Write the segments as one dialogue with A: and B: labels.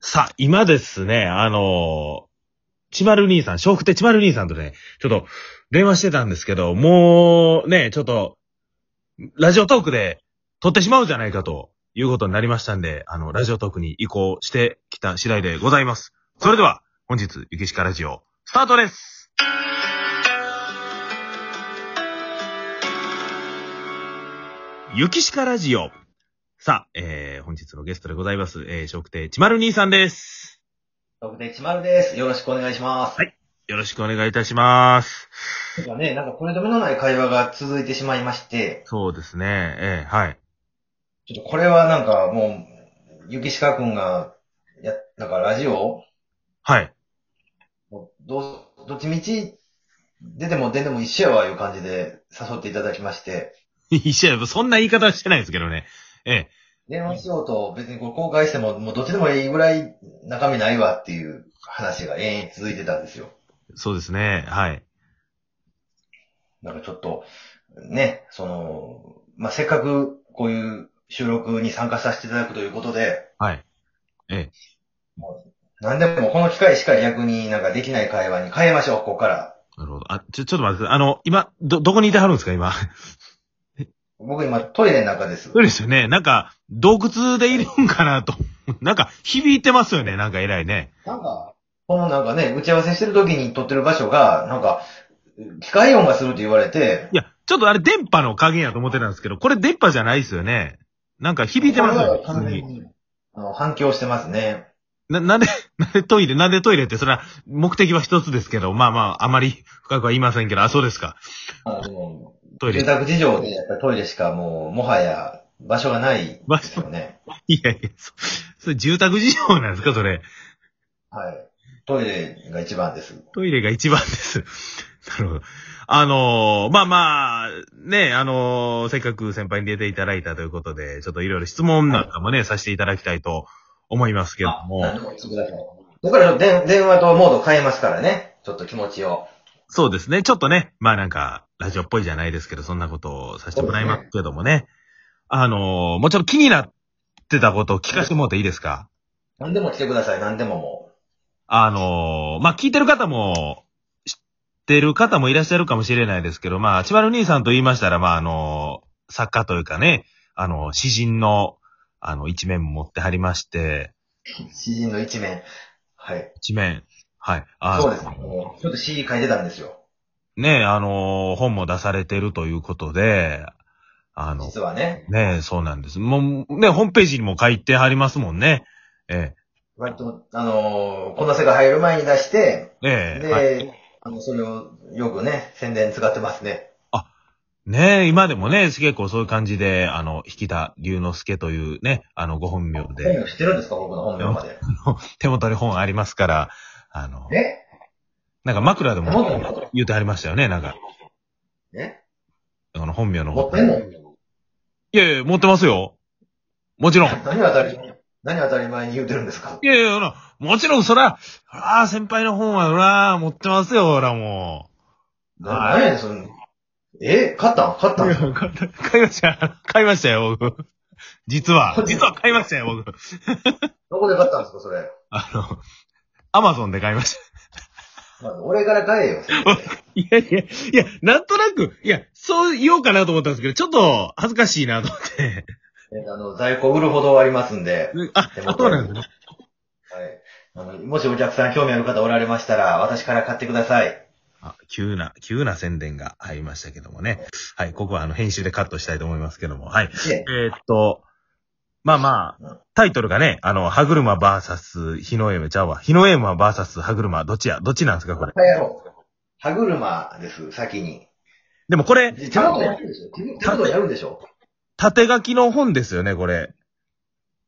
A: さあ、今ですね、あのー、ちばる兄さん、笑福亭ちばる兄さんとね、ちょっと電話してたんですけど、もうね、ちょっと、ラジオトークで撮ってしまうじゃないかということになりましたんで、あの、ラジオトークに移行してきた次第でございます。それでは、本日、ゆきしかラジオ、スタートですゆきしかラジオ。さあ、えー、本日のゲストでございます、えー、笑福亭ちまる兄さんです。
B: 僕ね、ちまるです。よろしくお願いします。
A: はいよろしくお願いいたします。
B: なんかね、なんかこれ止めのない会話が続いてしまいまして、
A: そうですね、えー、はい。
B: ちょっとこれはなんかもう、ゆきしかくんが、や、なんかラジオ
A: はい。
B: もうどう、どっちみち、出ても出ても一緒やわいう感じで誘っていただきまして、
A: いや、そんな言い方はしてないですけどね。ええ
B: 電話しようと別にこれ公開しても、もうどっちでもいいぐらい中身ないわっていう話が延々続いてたんですよ。
A: そうですね、はい。
B: なんかちょっと、ね、その、まあ、せっかくこういう収録に参加させていただくということで、
A: はい。
B: なんでもこの機会しか逆になんかできない会話に変えましょう、ここから。
A: なるほど。あ、ちょ、ちょっと待ってください。あの、今、ど、どこにいてはるんですか、今。
B: 僕今トイレの中です
A: そ。うですよね。なんか、洞窟でいるんかなと。 なんか、響いてますよね。なんか偉いね。
B: なんか、このなんかね、打ち合わせしてる時に撮ってる場所が、なんか、機械音がするって言われて、
A: いや、ちょっとあれ電波の加減やと思ってたんですけど、これ電波じゃないですよね。なんか響いてますよね。
B: これは完全にあの反響してますね。
A: な、 なんで、なんでトイレ、なんでトイレって、それは目的は一つですけど、まあまあ、あまり 深くは言いませんけど、あ、そうですか。
B: あの
A: トイ
B: 住
A: レ。
B: 宅事情でやっぱりトイレしかもう、もはや場所がない
A: 場
B: です
A: 所
B: よね。
A: いやいや、そそれ住宅事情なんですか、それ。
B: はい。トイレが一番です。
A: トイレが一番です。 なるほど。あのーまあまあ、ね、あのーせっかく先輩に出ていただいたということで、ちょっといろいろ質問なんかもね、させていただきたいと思いますけど
B: 何
A: も。
B: でも言ってください。だから電電話とモード変えますからね。ちょっと気持ちを。
A: そうですね。ちょっとね、まあなんか、ラジオっぽいじゃないですけど、そんなことをさせてもらいますけどもね。あのーもうちょっと気になってたことを聞かせてもらっていいですか
B: 何でも来てください、何でもも
A: あのーまあ、聞いてる方も、知ってる方もいらっしゃるかもしれないですけど、まあ、千葉の兄さんと言いましたら、まあ、あのー作家というかね、あの、詩人の、あの、一面も持ってはりまして、
B: う。詩人の一面。はい。
A: 一面、はい。あの
B: そうですね。もうちょっと詩書いてたんですよ。
A: ね、あのー本も出されてるということで、あの、
B: 実はね。
A: ね、そうなんです。もう、ね、ホームページにも書いてはりますもんね。え
B: 割と、あのーこんな世界入る前に出して、
A: え、ねえ、はい
B: で、あの、それをよくね、宣伝使ってますね。
A: ねえ、今でもね、結構そういう感じで、あの、引田龍之介というね、あの、ご本名
B: 本
A: で、
B: 名知ってるんですか僕の本名まで。
A: 手元に本ありますから、あの、
B: ね
A: なんか枕で
B: 手元に
A: も言うてありましたよね、なんか、
B: ね
A: あの、本名の
B: 持
A: 方
B: ってんの
A: いやいや、持ってますよ。もちろん。い
B: 何当たり、何当たり前に言うてるんですか
A: やいや、ほらもちろん、そら、ああ、先輩の本は、ほら、持ってますよ、ほら、も
B: な
A: はい
B: 何やねん、その、え勝ったん勝っ
A: う。
B: たん
A: 買いました、買いましたよ、僕。実は、 実は買いましたよ、僕。
B: どこで勝ったんですか、それ。
A: あの、アマゾンで買いました。
B: まあ、俺から買え よ。
A: いやいや、いや、なんとなく、いや、そう言おうかなと思ったんですけど、ちょっと恥ずかしいなと思 って。
B: えあの、在庫売るほどありますんで、
A: あ、あそうなんですね。
B: はい。あの、もしお客さん興味ある方おられましたら、私から買ってください。
A: あ、急な、急な宣伝が入りましたけどもね。はい、ここはあの、編集でカットしたいと思いますけども。はい。
B: いえ、
A: えーっと、まあまあ、タイトルがね、あの、歯車バーサス、日のエムちゃうわ。日のエムはバーサス、歯車、どっちや、どっちなんですか、これ。
B: はやろう。歯車です、先に。
A: でもこれ、
B: ちゃんとやるでしょちゃんとやるんでしょ
A: 縦書きの本ですよね、これ。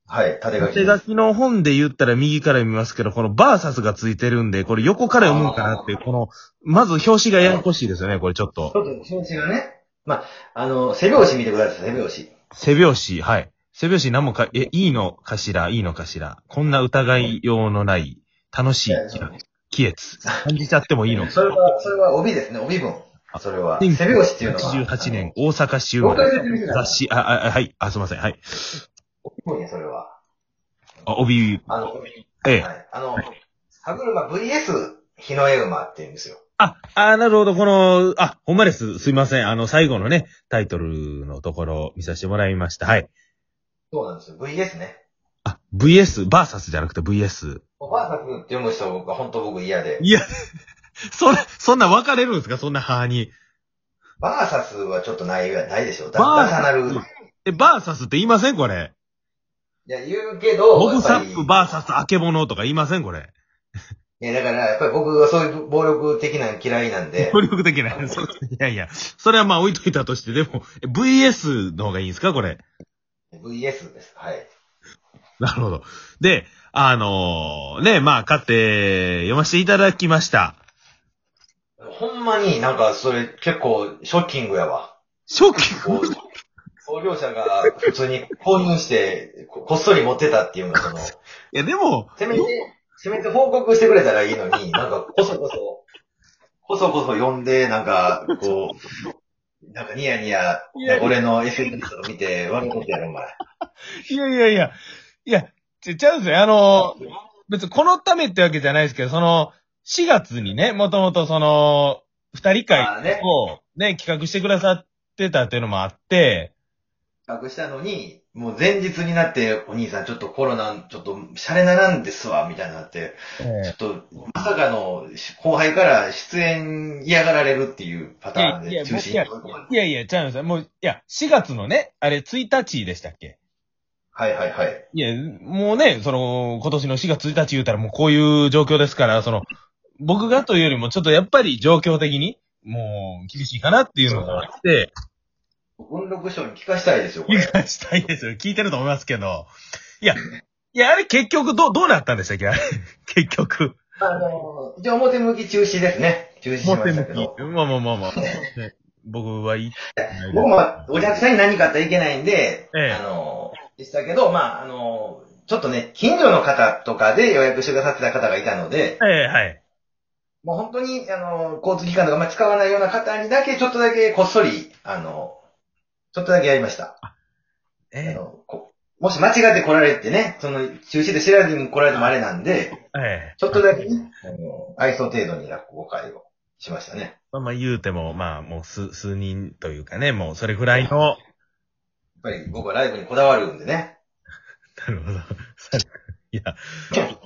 B: はい、縦書き
A: 縦
B: で
A: 書
B: す。
A: きの本で言ったら右から見ますけど、このバーサスがついてるんで、これ横から読むんかなっていう、この、まず表紙がややこしいですよね、これちょっ
B: ち
A: と。
B: ょっと気持ちがね。まあ、あの、背拍子見てください、背拍子。
A: 背拍子、はい。背拍子何もか、え、いいのかしら、いいのかしら。こんな疑いようのない、楽しい気が、気越。感じちゃってもいいのか。
B: それは、それは帯ですね、帯分。それは。背拍子っていうのは。
A: 88年、大阪市生
B: 僕
A: まれ。
B: が言ってるじゃない
A: 雑誌、あ、あ、あはい、あ、すいません、はい。
B: 帯分ね、それは。
A: あ、帯、
B: あの、
A: ええ。
B: はい。あの、歯車 VS 日の絵馬って言うんですよ。
A: あ、あーなるほど。この、あ、ほんまです。すいません。あの、最後のね、タイトルのところを見させてもらいました。はい。
B: そうなんですよ。VS ね。
A: あ、VS、バーサスじゃなくて VS。
B: おばあさんって読む人が本当僕嫌で。
A: いや、 そんな、そんな分かれるんですかそんな派に。
B: バーサスはちょっとない、ないでしょ。だ、
A: バー
B: だ
A: サ
B: さ
A: ス
B: なる。い
A: え、バーサスって言いませんこれ。
B: や、言うけど、
A: ボブサ
B: やっ
A: ッ
B: ぱ
A: プ、
B: り
A: バーサス、あけぼのとか言いませんこれ。
B: いや、だから、やっぱり僕はそういう暴力的なの嫌いなんで
A: 努、力できない。そういやいや。それはまあ置いといたとして、でも、え VS の方がいいんですかこれ。
B: VS です。はい。
A: なるほど。で、あのーね、まあ、買って読ませていただきました。
B: ほんまになんかそれ結構ショッキングやわ。
A: ショッキン
B: こ
A: グ。
B: う創業者が普通に購入して、ここっそり持ってたっていうのが、その、せ
A: いや、でも、
B: めて、せめて報告してくれたらいいの に、なんかこそこそ、こそこそ呼んで、なんか、こう、なんかニヤニヤ、なんか俺の SNS を見て、悪いことやろ、お前。
A: いやいやいや、いや、ちちゃうんですよ。あの、別にこのためってわけじゃないですけど、その、4月にね、もともとその、二人会
B: あーね
A: をね、企画してくださってたっていうのもあって、
B: 隠したのに、もう前日になって、お兄さんちょっとコロナ、ちょっと、シャレななんですわ、みたいになって、ちょっと、まさかの後輩から出演嫌がられるっていうパターン
A: いや
B: で
A: いや
B: 中止に追い込まれて
A: いやいや、ちゃうんですよ。もう、いや、4月のね、あれ、1日でしたっけ
B: はいはいはい。
A: いや、もうね、その、今年の4月1日言うたらもうこういう状況ですから、その、僕がというよりもちょっとやっぱり状況的に、もう厳しいかなっていうのがあって、
B: 文禄賞に聞かしたいですよ、こ
A: 理
B: れ。
A: 解したいですよ。聞いてると思いますけど。いや、いや、あれ結局どう、どうなったんでしたっけあれ 結局。
B: あの、一応表向き中止ですね。中止しましたけど。
A: まあまあまあまあ。ね僕はいい。
B: 僕もお客さんに何かあったらいけないんで、
A: ええ
B: あの、でしたけど、まあ、あの、ちょっとね、近所の方とかで予約してくださってた方がいたので、
A: ええ、はい。
B: もう本当に、あの、交通機関とかあんまり使わないような方にだけ、ちょっとだけこっそり、あの、ちょっとだけやりました。あ
A: え
B: のこもし間違って来られてね、その、中止で知らずに来られてもあれなんで、
A: え、ええ。
B: ちょっとだけね、あの、愛想程度に落語会をしましたね。
A: まあまあ言うても、まあもう数、数人というかね、もうそれぐらいの、
B: やっぱり僕はライブにこだわるんでね。
A: なるほど。いや、いや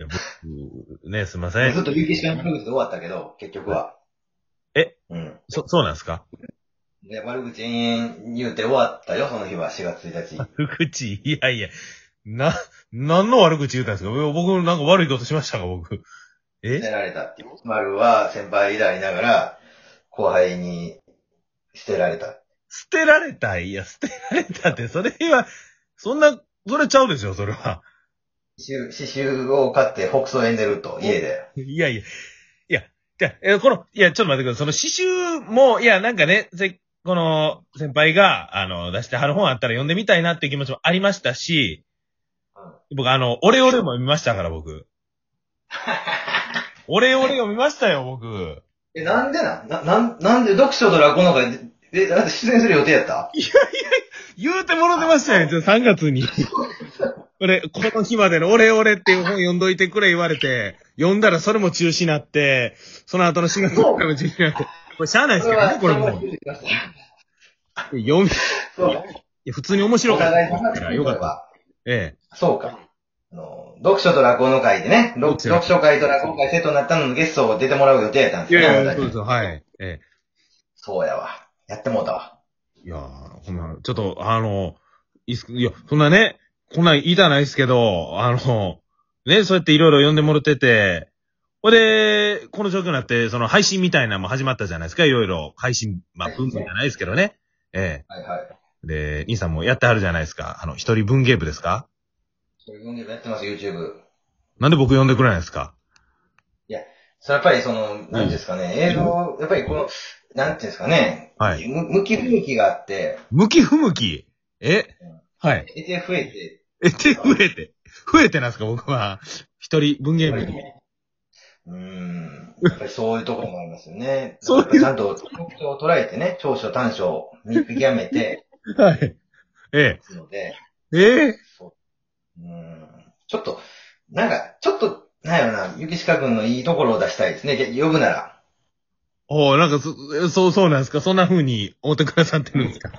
A: 僕、ね、すいませ
B: ずっ
A: ん。
B: と有機式の悪口で終わったけど、結局は。
A: え
B: うん。
A: そ、そうなんですか
B: で、悪口延々言うて終わったよ、その日は4月1日。
A: 悪口、いやいや、な、何の悪口言うたんですか僕なんか悪いことしましたか僕。え
B: 捨てられたっていう。丸は先輩以来ながら、後輩に捨てられた。
A: 捨てられたいや、捨てられたって、それは、そんな、それちゃうでしょ、それは。
B: 刺繍、刺繍を買って北総エンデルと、家で。
A: いやいや。いや、じゃあ、えーこの、いや、ちょっと待ってください。その刺繍も、いや、なんかね、せこの、先輩が、あの、出してはる本あったら読んでみたいなっていう気持ちもありましたし、僕、あの、オレオレも見ましたから、僕。オレオレを見ましたよ、僕。
B: え、なんでなんな、なん、なんで読書と落語なんか、え、だって出演する予定やった
A: 言うてもろてましたよ、3月に。俺、この日までのオレオレっていう本読んどいてくれ言われて、読んだらそれも中止になって、その後の4月のも中止になって。これしゃあないですけどね、これもう。読み、
B: そう
A: いや普通に面白
B: お
A: かっ
B: 互い様
A: た
B: だ
A: か
B: ね
A: ら。よかった。。ええ。
B: そうか。あの、読書と落語の会でね、
A: 読
B: 読
A: 書
B: 読書会と落語会セットになったのにゲストを出てもらう予定やったんですよね本
A: そう
B: 当
A: で
B: に
A: すよ、はい。え
B: そうやわ。やってもうたわ。
A: え。いやーほんな、ちょっと、あの、いいっすいや、そんなね、こんなん言いたないですけど、あの、ね、そうやっていろいろ呼んでもらってて、ほいで、この状況になって、その配信みたいなのも始まったじゃないですか、いろいろ。配信、まあ、文化じゃないですけどね。え
B: はいはい。
A: え。で、兄さんもやってはるじゃないですか。あの、一人文芸部ですか
B: それ文芸部やってます、YouTube。
A: なんで僕呼んでくれないですか
B: それやっぱりその、なんですかね、映像、やっぱりこの、なんていうんですかね、
A: はい
B: む向き不向きがあって、
A: 向き不向き。えはい。
B: 得て増えて、
A: え、手増えて。増えてなんすか、僕は。一人、文芸
B: やっぱ
A: 部
B: り
A: に。
B: ねうーん、やっぱりそういうところもありますよね。
A: そういう
B: ちゃんと、特徴を捉えてね、長所短所を見極 めて、
A: はい。え
B: ので、
A: え。ええ。
B: そう。うーん、ちょっと、なんか、ちょっと、なんやろな、ゆきしかくんのいいところを出したいですね。で呼ぶなら。
A: おうなんかそ、そう、そうなんですかそんな風に思ってくださってるんですか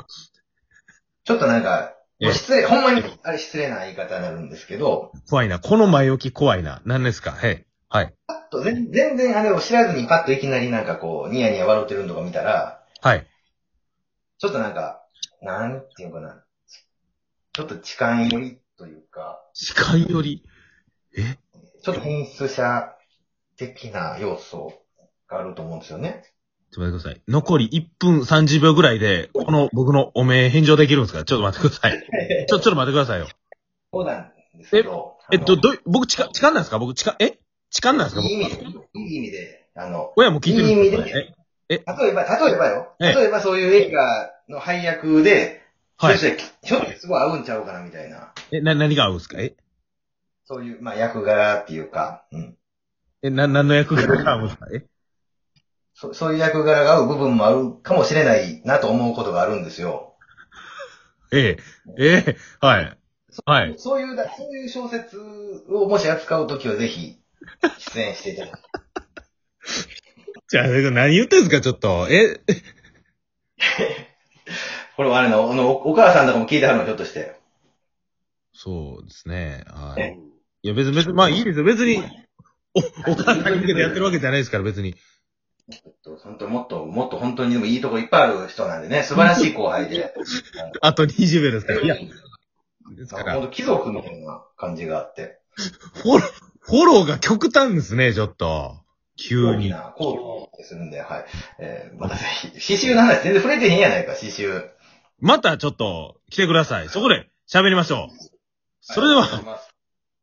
B: ちょっとなんか、
A: ええ
B: 失礼、ほんまに、あれ失礼な言い方になるんですけど、
A: 怖いな。この前置き怖いな。何ですかはい。はい。
B: パッと全全然あれを知らずにパッといきなりなんかこう、ニヤニヤ笑ってるのとか見たら、
A: はい。
B: ちょっとなんか、なんていうのかな、ちょっと痴漢寄りというか、
A: 視界より。え
B: ちょっと変質者的な要素があると思うんですよね。
A: ちょっと待ってください。残り1分30秒ぐらいで、この僕のお名返上できるんですかちょっと待ってください。ちょ、ちょっと待ってくださいよ。
B: そうなんですけど。
A: えっと、
B: あの
A: どう、僕、痴漢、痴漢なんですか僕、痴漢、え痴漢なんですか
B: いい意味
A: 僕。
B: で、いい意味で、あの、
A: 親も聞いてるんですか
B: いい意味
A: え
B: 例えば、例えばよ、
A: ええ
B: 例えばそういう映画の配役で、
A: はい
B: そ。して、ひょっとしてすごい合うんちゃうかなみたいな、
A: え、な、何が合うんですかえ
B: そういう、まあ役柄っていうか、うん。
A: え、な、何の役柄が合うんですかえ
B: そそういう役柄が合う部分もあるかもしれないなと思うことがあるんですよ。
A: ええ、ええ、はい。はい。
B: そういうだ、そういう小説をもし扱うときはぜひ、出演していただ きたい。
A: じゃあ、何言ってんすかちょっと。え、
B: これはあれの、あのおお母さんとかも聞いてはるの、ひょっとして。
A: そうですね。は
B: え
A: い。いや、別に、別に、まあいいですよ。別に、お、お母さんに向けてやってるわけじゃないですから、別に。
B: 本当もっと、もっと本当にでもいいとこいっぱいある人なんでね、素晴らしい後輩で。
A: あと20秒ですから。いや、です
B: な
A: か、
B: んから本当貴族みたいな感じがあって。
A: フォロー、フォローが極端ですね、ちょっと。急
B: 高貴
A: に。
B: な、高貴するんで、はい。えー、またぜひ、刺繍の話全然触れてへんやないか、刺繍。
A: またちょっと来てください。そこで喋りましょう。それでは
B: いお願いします